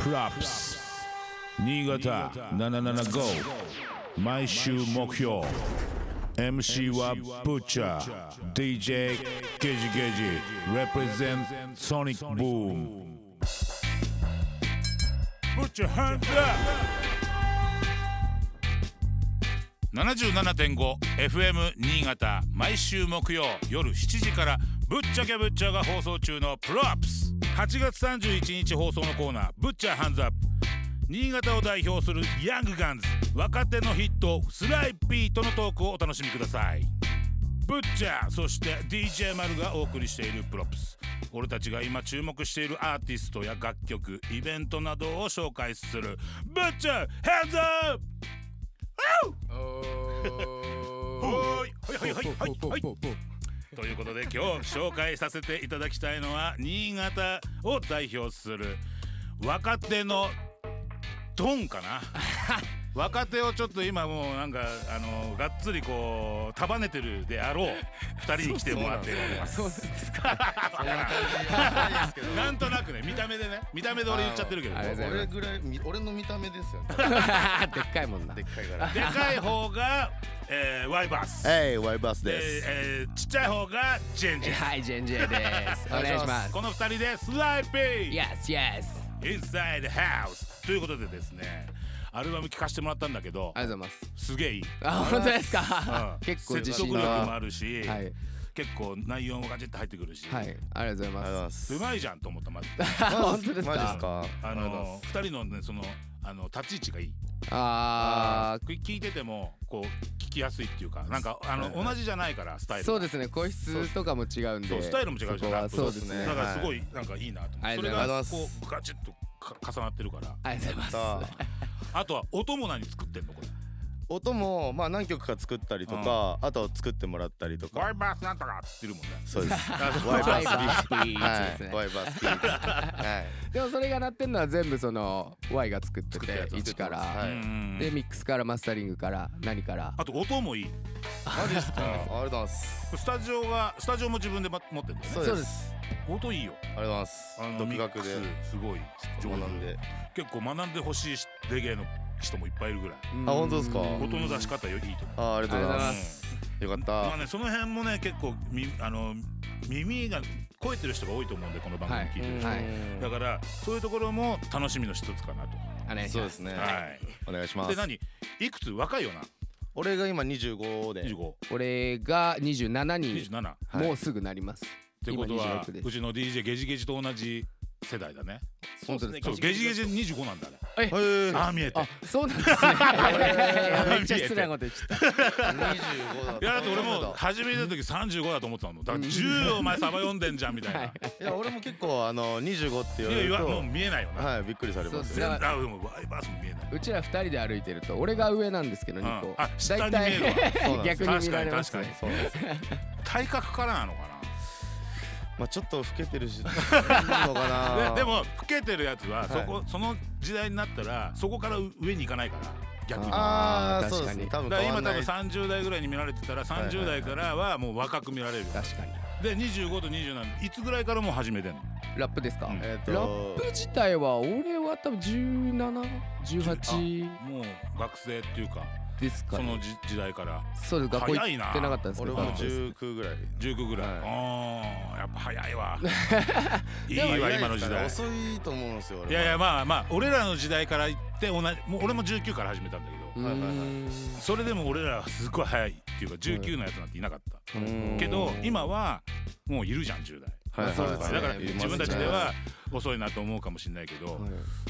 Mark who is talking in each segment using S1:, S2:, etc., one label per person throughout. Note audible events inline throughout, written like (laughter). S1: クラップス新潟775毎週目標 MC はブッチャー DJ ゲジゲジ represent ソニックブームブッチャーハン
S2: 77.5 FM 新潟毎週木曜夜7時からぶっちゃけぶっちゃが放送中のプロアップス8月31日放送のコーナーぶっちゃハンズアップ新潟を代表するヤングガンズ若手のヒットスライピーとのトークをお楽しみくださいブッチャーそして DJ 丸がお送りしているプロップス俺たちが今注目しているアーティストや楽曲イベントなどを紹介するブッチャーハンズアップはいはいはいはいはいということで今日紹介させていただきたいのは新潟を代表する若手のドンか
S3: (laughs)
S2: な若手をちょっと今もうなんかあのがっつりこう束ねてるであろう二人に来てもらっております
S3: そうです (laughs) か。
S2: なんとなくね見た目でね見た目で俺言っちゃってるけど
S3: ありがとうございます
S4: 俺ぐらいみ俺の見た目ですよね
S3: でっかいもんな
S4: で。っかいから
S2: でかい方が、えー、ワイバース、
S4: えいワイバース
S2: え
S4: です、
S2: ーえーちっちゃい方がジェンジェン
S3: はい、ジェンジェです。お願いします。
S2: この二人でスライピー
S3: Yes, yes。
S2: Inside the House ということでですねアルバム聴かせてもらったんだけど
S3: ありがとうございます。
S2: すげえいい、
S3: あ、本当です
S2: うん
S3: か。結構自
S2: 説得
S3: 信
S2: 力
S3: が。
S2: もあるし、
S3: はい、
S2: 結構内容もガチッと入ってくるし、
S3: はい、ありがとうございます。
S4: す
S2: うまいじゃんと思ったまず
S3: あ、本当です
S4: マジで
S3: か
S4: す。か
S2: あ
S4: りがとうございま
S2: の
S4: す
S2: 二人のねそのあの立ち位置がいい
S3: あ
S2: 聞聞いててもこう聞きやすいっていうかなんかあの
S4: はいはい
S2: 同じじゃないからスタイ
S3: あ、
S2: ル
S3: そう
S2: で
S3: ですね。個室とかも違うんで。
S2: そうスタイルも違うし
S3: そこは
S2: ラップ
S3: そうです
S4: そう
S3: ね
S4: で
S2: だ。からすご
S4: はい
S2: なんかいいなと思っ
S3: あ
S2: て
S3: り
S2: それ
S3: がとうござ
S4: い
S2: が
S4: ます
S2: こうガチッとか重なってるから
S3: ありがとうござい
S4: さ
S3: ま
S4: あ
S2: あとは音も何作ってんのこれ
S4: 音もまあ何曲か作ったりとか、あと作ってもらったりと
S2: ワイ
S4: か
S2: バースなんとかって言ってるもんね
S4: そう
S2: (laughs)
S4: です
S2: あそう
S4: ワイ
S3: す。
S4: バース
S3: スピ
S4: ビ
S3: ー
S4: ー
S3: チ
S4: ツ
S3: で
S4: はい
S3: す
S4: ワ
S3: ね。
S4: イバースビーツはい
S3: でもそれが鳴ってんのは全部その Y が作って
S2: 作ったや
S3: て
S2: つ
S3: 一か
S4: は
S3: ら
S4: い
S2: うん
S3: でミックスからマスタリングから何から
S2: あと音もいいこ
S4: マジですかありがとうございます
S2: れスタジオがスタジオも自分でま持ってるんだよね
S4: そうです
S2: 音いいよ
S4: ありがとうございます
S2: あの
S4: 独学
S2: ミ
S4: で
S2: ックスすごい上
S4: 上
S2: 手
S4: なんで
S2: 結構学んでほしいしレゲエの人もいっぱいいるぐらい
S3: うん
S4: あ本当ですか
S2: 音の出し方よいいと思う
S4: あありがとうござい
S3: あ
S4: ま
S3: り
S4: す
S2: うん
S4: よかっ
S2: まあ
S4: た
S2: ねその辺もね結構みあの耳が超えてる人が多いと思うんでこの番組聞いてる人、
S3: はい
S2: だからそういうところも楽しみの一つかなと、
S3: お願いし
S4: そう
S3: ま
S4: ですね
S2: はい
S4: お願いしま
S2: です何いくつ若いよな
S4: 俺が今25で
S2: 2527
S3: 俺が27に
S2: っ
S4: はい
S3: もうすぐなります
S2: てことは
S3: 今26です
S2: うちの DJ ゲジゲジと同じ世代だね
S3: 本当です
S2: そ
S3: か
S2: うゲジゲジ25なんだね
S3: え
S4: へえ
S2: ああ見えて
S3: あそうなん
S2: (laughs)
S3: ですねめっちゃ失礼なこと言っちゃっ
S2: いや
S4: 25だった
S2: だって俺も初めての時35だと思ってたのだから10お前サバ読んでんじゃんみたいない
S4: いや俺も結構あの25って言わ
S2: や
S4: れ
S2: い
S4: る
S2: やもう
S4: と
S2: 見えないよな、
S4: はいびっくりされます
S3: そう
S2: 全
S3: だ
S2: 然
S3: か
S2: あでもワイバースも見えない
S3: たうちら二人で歩いてると俺が上なんですけど2
S2: うん
S3: 個
S2: あ下に見えるわ
S4: そうなんです
S3: 逆
S4: よ
S3: に見られます
S2: 確かに確かに
S3: ね
S4: そうなんですよ
S2: 体格からなのかな
S4: まあちょっと老けてるしいいのかな
S2: (laughs) ででも老けてるやつはそこ、その時代になったらそこから上に行かないから逆に。だか
S4: あ
S3: あ
S4: あ
S3: ー
S4: そうで
S3: 確か
S4: すね
S3: に
S4: 多分
S2: ら
S4: 変わ
S2: 今多
S4: んな
S2: 分
S4: い
S2: 30代ぐらいに見られてたら
S4: いはい
S2: 30代からはもう若く見られるよ
S3: 確かに
S2: で25と27いつぐらいからもう始めてんの
S3: ラップですか
S2: うん
S3: ラ
S4: えっ
S3: ッ
S4: と
S3: プ自体は俺は多分1718
S2: もう学生っていうか
S3: ですか
S2: そ
S3: ね
S2: のじ時代から
S3: そうです学校行
S2: 早いな
S3: ってなかったんですけ
S4: 俺
S3: ど
S4: も
S3: 学校です
S4: 19ぐらい
S2: 19ぐらい、
S4: はい
S2: あーやっぱ早い
S4: (laughs)
S2: わいい
S4: でも
S2: わ
S4: 早
S2: 今
S4: い
S2: の
S4: で
S2: 時
S4: すから
S2: 代
S4: 遅いと思うんですよ
S2: い
S4: 俺
S2: やいや
S4: は
S2: まあまあ俺らの時代から行って同じもう俺も19から始めたんだけど、
S3: う
S4: はいはいはい
S3: ーん
S2: それでも俺らはすごい早いっていうか19のやつなんていなかった、
S4: うん
S2: けど今はもういるじゃん10代
S4: はいは
S3: まあそう
S4: いはい
S3: ですね
S2: だから
S4: いますね
S2: 自分たちでは遅いなと思うかもしれないけど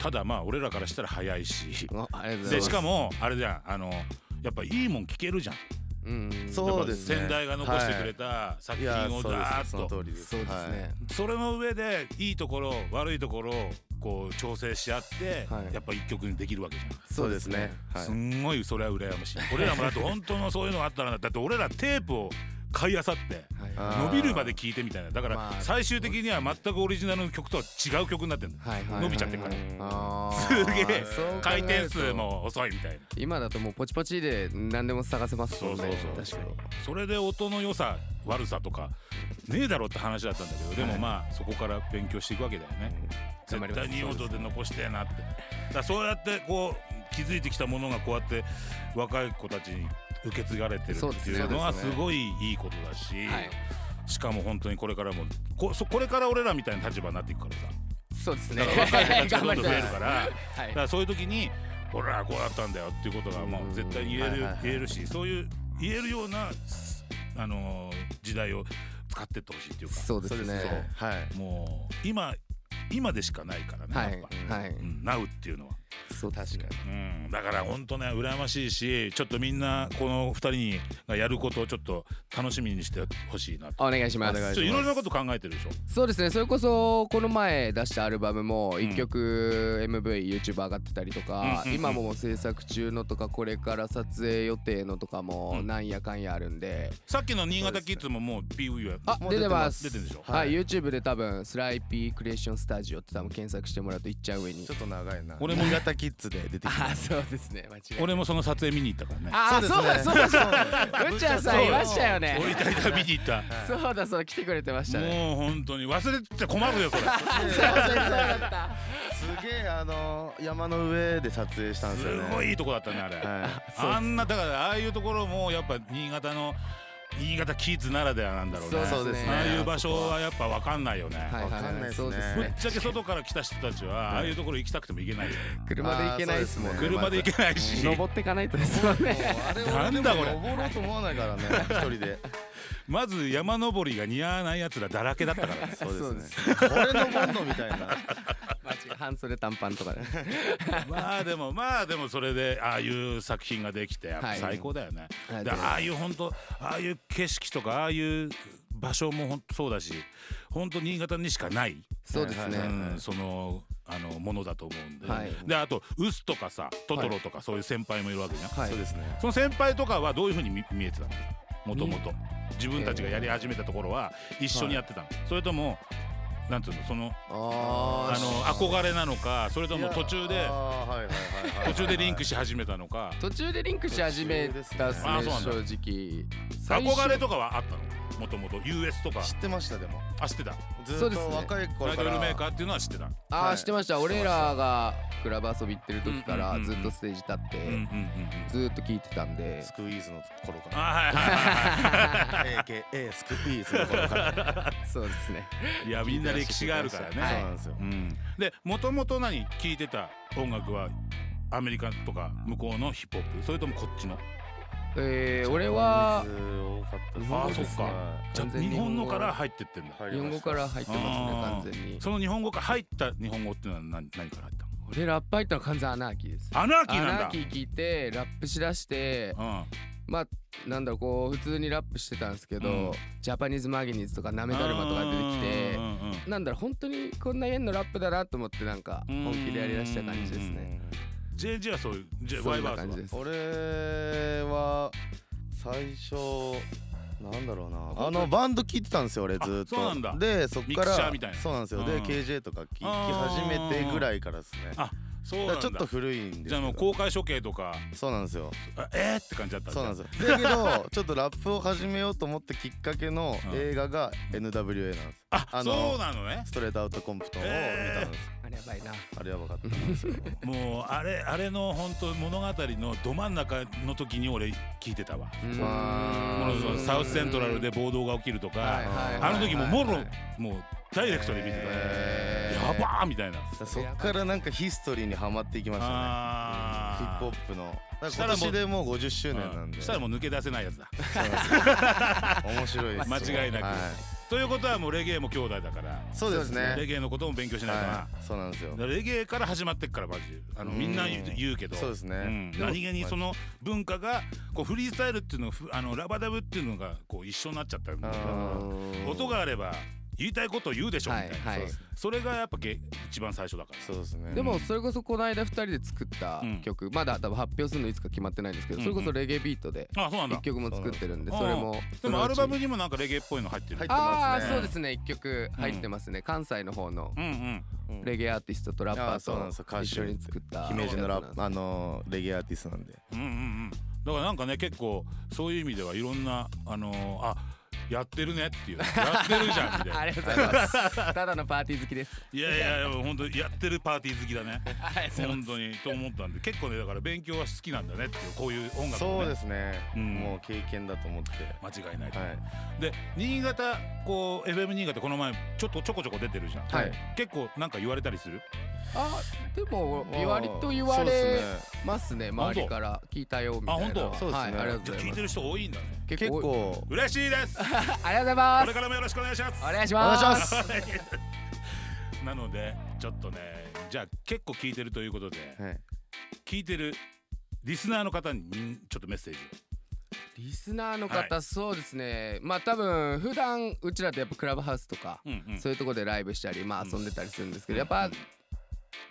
S2: ただまあ俺らからしたら早いし
S3: あありがとうござい
S2: で
S3: ます
S2: しかもあれじゃんあのやっぱいいもん聞けるじゃん
S3: うん
S4: そうですね
S2: やっぱ先代が残してくれた作
S4: い
S2: 品
S4: や
S2: を
S4: そう
S2: だ
S4: で
S2: ー
S4: すその
S2: っと
S4: 通りです
S3: そうです
S4: はい
S3: ね
S2: それの上でいいところ悪いところをこう調整し合って
S3: はい
S2: やっぱ一曲にできるわけじゃん
S4: そうですねはい
S2: すんごいそれは羨ましい俺らもだって本当のそういうのがあったらだって俺らテープを買い漁って
S3: はい
S4: あー
S2: 伸びるまで聴いてみたいなだか
S3: ま
S2: ら
S3: あ
S2: 最終的には全くオリジナルの曲とは違う曲になってる
S3: はいはい
S2: 伸びちゃってるから
S3: あ
S2: す
S3: ー
S2: げえ
S3: そう考えると
S2: 回転数も遅いみたいな
S3: 今だともうポチポチで何でも探せますもんね
S2: そうそうそう
S3: 確かに
S2: それで音の良さ悪さとかねえだろって話だったんだけどでもまあそこから勉強していくわけだよね
S3: 頑張り
S2: 絶
S3: ます
S2: 対に音で残してえなってだからそうやってこう気づいてきたものがこうやって若い子たちに受け継がれてる
S3: そうで
S2: って
S3: す
S2: い
S3: ね
S2: うのは
S4: そう
S2: す
S4: ですね
S2: ごいいいことだし、
S3: はい
S2: しかも本当にこれからもこそこれから俺らみたいな立場になっていくからさ
S3: そうですね
S2: だから若い子たちが
S3: (laughs) 頑
S2: ど
S3: 張
S2: んど
S3: り
S2: ん増え
S3: たい
S2: る
S3: で
S2: か
S3: す
S2: ら
S3: は
S2: だ
S3: い
S2: からそういう時に「俺らこうだったんだよ」っていうことがもう絶対に言える
S4: はいはいはい
S2: 言えるしそういう言えるようなあのー時代を使ってってほしいっていうか
S3: そうです
S4: そう
S3: ね
S4: はい
S2: もう今今でしかないからね、
S3: は
S2: やっ
S3: い
S2: ぱ、
S3: はい
S2: うん、なうっていうのは、
S3: そうですね
S2: うん、だから本当ね羨ましいしちょっとみんなこの二人にがやることをちょっと楽しみにしてほしいなと
S3: お願いしま
S4: お願
S3: す
S2: ちょいろいろなこと考えてるでしょ
S3: そうですねそれこそこの前出したアルバムも1曲 MVYouTube 上がってたりとか
S2: うんうんうん
S3: 今も制作中のとかこれから撮影予定のとかも
S2: うん
S3: なんやかんやあるんで
S2: さっきの新潟キッズももう PV は
S3: あ
S4: もう
S3: 出
S4: 出
S3: て
S4: て
S3: ま
S4: ます
S2: 出てるでしょ
S3: はい
S4: はい
S3: YouTube で多分スライピークリエーションスタジオって多分検索してもらうといっちゃう上に
S4: ちょっと長いな
S2: 俺も
S4: 新潟キッズで出て
S3: あ
S4: きた
S3: (laughs) あそうですね間違いない
S2: 俺もその撮影見に行ったからね
S3: ああそうだそうだそう
S4: (laughs)
S3: だぶっちゃんさんいましたよね
S2: 俺イタリア見に行
S3: (laughs)
S2: った
S3: そうだそうだ来てくれてましたね
S2: もう本当に忘れてて困るよそれ
S3: (laughs) そうだそうだった
S4: (laughs) すげえあの山の上で撮影したんですよ
S2: す
S4: ね
S2: ごいいいとこだったねあれ、
S4: は
S2: あんなだからああいうところもやっぱ新潟の新潟キッズならではなんだろうね
S3: そうそうですね
S2: ああいう場所はやっぱ分かんないよね、
S3: はい
S4: わかん
S3: は
S4: ないい
S3: は
S4: っ
S3: い
S4: すね
S3: そうです
S2: ぶっ
S3: ね
S2: ちゃけ外から来た人たちはああいうところ行きたくても行けないよ、
S3: 車で行けないですもん
S4: あーそうですね
S2: 車で行けないし
S3: 登ってかないとですもんね
S4: あれ
S2: な
S4: 俺で
S2: ん
S4: も
S2: だこれ
S4: 登ろうと思わないからね一人で
S2: まず山登りが似合わないやつらだらけだったから
S3: (laughs)
S2: ね
S4: そうですねこれ登んのみたいな
S3: 間違い半袖短パンとかで
S2: まあでもまあでもそれでああいう作品ができてやっぱ
S3: はい
S2: 最高だよね、
S3: はい
S2: でああいう本当ああいう景色とかああいう場所も本当そうだし本当新潟にしかない、
S3: そうです
S4: はいはい
S3: ね
S4: は
S2: うんそのあのものだと思うんで、
S3: はい
S2: であとウスとかさトトロとかそういう先輩もいるわけじゃん、
S3: はい
S4: そうですね
S2: その先輩とかはどういうふうに見見えてたのもともと自分たちがやり始めたところは一緒にやってたの、それともなんていうのその
S3: あ
S2: あ
S3: ー
S2: の憧れなのかそれとも途中
S4: い
S2: で
S4: やあーはいはいはいはい
S2: 途中でリンクし始めたのか
S3: 途中でリンクし始めたっすね
S4: あ
S2: そうなんだ
S3: 正直
S2: 憧れとかはあったのもともと US とか
S4: 知ってましたでも
S2: あ知ってた
S4: ず
S3: そう
S4: っ
S3: です
S4: と
S3: ね
S4: 若い
S2: ア
S4: 頃
S2: イ
S4: か
S2: ドル
S4: ら
S2: メーカーっていうのは知ってた
S3: あ
S4: は
S3: あ
S4: い
S3: 知ってました俺らがクラブ遊び行ってる時か
S2: うんうん
S3: ら
S2: うん
S3: ずっとステージ立っ
S2: うんうんうん
S3: て
S2: うん
S3: ずーっと聞いてたんで
S4: スクイーズの頃か
S2: あ
S4: ら
S2: はいはいはいは
S4: AKA スクイーズの頃から
S3: そうですね
S2: いいやみんな歴史があるから
S4: そう
S2: ね、
S3: はい
S4: なんですよ
S2: うん、でもともと何聴いてた音楽はアメリカとか向こうのヒップホップそれともこっちの
S3: えー俺は
S4: 人数多かった
S3: あー
S4: ですね
S2: そっか
S4: は
S2: じゃ
S3: 完
S2: あ
S3: 全に
S2: 日
S3: 日
S2: 本
S3: 本語
S2: のから入ってってんだ
S4: い入
S3: 日
S4: り
S3: 本
S4: ま
S3: 語
S4: した
S3: から入ってますね
S2: あー
S3: 完全に
S2: その日本語が入った日本語っていうのは何何から入った
S3: 俺ラップ入ったの完全アナーキーです
S2: のアナーキ
S3: ア
S2: ーなん
S3: ナ
S2: だ
S3: ーキー聞いてラップしだしてまあなんだろうこう普通にラップしてたんですけど、
S2: うん
S3: ジャパニーズマーギニーズとかナ
S2: うん
S3: メダルマとか出てき
S2: う
S3: て
S2: んうんうん
S3: なんだろう本当にこんな縁のラップだなと思ってなんか
S2: うん
S3: 本気でやりだした感じですね。
S2: JG はそういう J
S3: そ
S2: ワイ
S3: んな
S2: バー
S3: 感
S2: ス
S3: じ
S2: は
S3: です。
S4: 俺は最初なんだろうなあのバンド聴いてたんですよ俺ずーっと
S2: あそうなんだ
S4: でそっ
S2: ミ
S4: か
S2: クシャ
S4: ら
S2: ーみたいな
S4: そうなんですよ
S2: う
S4: で
S2: ん
S4: KJ とか聴き
S2: あ
S4: 始
S2: ー
S4: めてぐらいからですね
S2: あ
S4: だ
S2: そう
S4: か
S2: なん
S4: ら
S2: だ
S4: ちょっと古いんですけど
S2: じゃあもう公開処刑とか
S4: そうなんですよ
S2: あえー、って感じだった
S4: そうなん
S2: す
S4: ですよだけどちょっとラップを始めようと思ったきっかけの
S2: うん
S4: 映画が NWA なんです
S2: あ
S4: あの
S2: そうなのね
S4: ストレートアウトコンプトンを見たんです
S3: あれやばいな。
S4: あれやばかったんです
S2: (laughs)
S4: よ
S2: もうあれあれの本当物語のど真ん中の時に俺聞いてたわ
S3: うーん
S2: このそのサウスセントラルで
S3: は
S2: 暴動が起きるとか、
S3: いはいはいはい
S2: あの時ももろもうダイレクトで見てた、
S4: へ
S2: やばーみたいな、
S4: そっからなんかヒストリーにはまっていきましたね
S2: あ
S4: ヒップホ
S2: プ
S4: ップのだ
S2: し
S4: か
S2: た
S4: ら
S2: ら
S4: 今
S2: もう
S4: 年でもう50周年なんで
S2: したらもう抜け出せないやつだ (laughs)
S4: 面白いですよ
S2: 間違いなく
S4: は
S2: ということはもうレゲエも兄弟だから
S4: そうです
S2: レ
S4: ね
S2: ゲエのことも勉強しないとな、
S4: はいそうなんですよ
S2: だからレゲエから始まってっからマジあのみんな言う
S4: うん
S2: 言うけど
S4: そうですね
S2: ん
S4: でも
S2: 何気にその文化がこうフリースタイルっていうのがふあのラバダブっていうのがこう一緒になっちゃったんだけど
S4: うん
S2: 音があれば言いたいことを言うでしょみたい
S3: い
S2: な、
S3: はい。
S2: それがやっぱげ一番最初だから
S4: そうですね
S3: でもそれこそこの間2人で作った曲、まだ多分発表するのいつか決まってないんですけど、
S2: うん
S3: それこそレゲエビートで
S2: あそうなんだ
S3: 1曲も作ってるんで
S2: そう
S3: それも
S2: でもアルバム
S3: に
S2: にもなんかレゲエっぽいの入ってる
S4: 入って
S3: あ
S4: ま
S3: あ
S4: すね
S3: そうですね1曲入ってますね、関西の方の
S2: うんうん
S4: うん
S3: レゲエアーティストとラッパ
S4: あーそうなんですよ
S3: ー
S4: 歌
S3: と
S4: 手
S3: 一緒に作った
S4: 姫路のラップ
S3: あ
S4: あのレゲエアーティストなんで
S2: うんうんうんだからなんかね結構そういう意味ではいろんなあのーあやってるね
S3: (laughs)
S2: っていうやってるじゃんみたいな
S3: ありがとうございます。ただのパーティー好きです。
S2: いやいやいや本当にやってるパーティー好きだね
S3: はい
S2: 本当にと思ったんで結構ねだから勉強は好きなんだねっていうこういう音楽、ね、
S4: そうですね、
S2: うん
S4: もう経験だと思って
S2: 間違いないと、
S4: はい
S2: で新潟こう FM 新潟この前ちょっとちょこちょこ出てるじゃん、
S4: はい
S2: 結構なんか言われたりする
S3: あでも
S4: まあ
S3: 言われと言わ
S4: そう
S3: れ
S4: ですね
S3: ますね周りから聞いたよみたいな。
S2: あ本当
S4: そうですね
S3: はいあり
S2: じ
S3: がと
S2: ゃ
S3: う
S2: あ
S3: ござ
S2: 聞
S3: い
S2: い
S3: ま
S2: て
S3: す。
S2: る人多いんだね
S4: 結
S3: 多い
S4: 構
S2: 嬉しいです
S3: ありがとうござ
S2: こ
S3: いま
S2: れ
S3: す
S2: からもよろしくお願いします
S3: お願いし
S4: お願
S3: ま
S4: い
S3: す
S4: し
S2: (laughs)
S4: ます
S2: なのでちょっとねじゃあ結構聞いてるということで
S4: はい
S2: 聞いてるリスナーの方にんちょっとメッセージ
S3: リスナーの
S2: は
S3: 方そうですねまあ多分普段うちらとやっぱクラブハウスとか
S2: をうんうん
S3: そういうとこでライブしたりまあ
S2: うん
S3: 遊んでたりするんですけ
S2: うん
S3: どやっぱ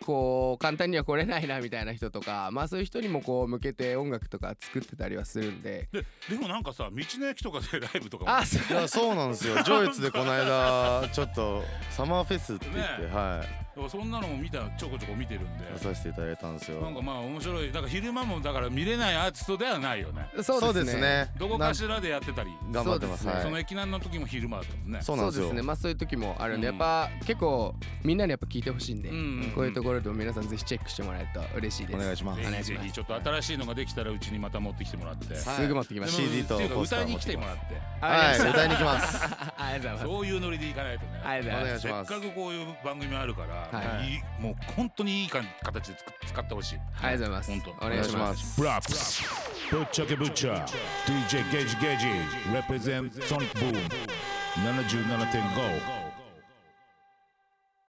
S3: こう簡単には来れないなみたいな人とかまあそういう人にもこう向けて音楽とか作ってたりはするんで
S2: ででもなんかさ道の駅とかでライブとかも
S3: あそう
S4: いやそうなん
S2: (laughs)
S4: ですよ上越でこの間ちょっとサマーフェスって言って、
S2: ね
S4: は
S2: でもそんなのも見たちょこちょこ見てるんで
S4: い出させていただいたんですよ
S2: なんかまあ面白いだから昼間もだから見れないアーティストではないよね
S3: そうですね
S2: どこかしらでやってたり
S4: なん頑張ってます
S3: そうですね
S4: はい
S2: その駅南の時も昼間だったもんね
S4: そうなんですよ
S3: ねまあそういう時もあるんで、
S2: うん
S3: やっぱ結構みんなにやっぱ聞いてほしいんで、
S2: うんうんうん
S3: こういうところでも皆さんぜひチェックしてもらえると嬉しいです
S4: お願いします
S2: ぜひぜ
S3: お願いしま
S2: ひ
S3: す
S2: ちょっと新しいのができたらうちにまた持ってきてもらって、
S4: はい
S3: すぐ持ってきま
S2: で
S3: し
S2: も
S3: た
S4: CD と
S2: っていうか
S4: ポスター
S2: 歌いに来てもらって
S4: はい
S3: ありがとうござ
S4: 歌
S3: い
S4: い
S3: ます
S4: に来ます
S3: (laughs) ありがとうございます
S2: そういうノリでいかないとね
S3: ありがとうございま
S4: お願いし
S2: せっ
S4: ます
S2: かくこういう番組あるから、
S4: はい
S2: いいもう本当にいい感形で作使ってほしい
S3: すありがとうございます
S2: 本当
S3: お願いします
S4: す
S1: ブラップスぶっちゃけぶっちゃ DJ ゲージゲージ represent Sonic Boom 77.5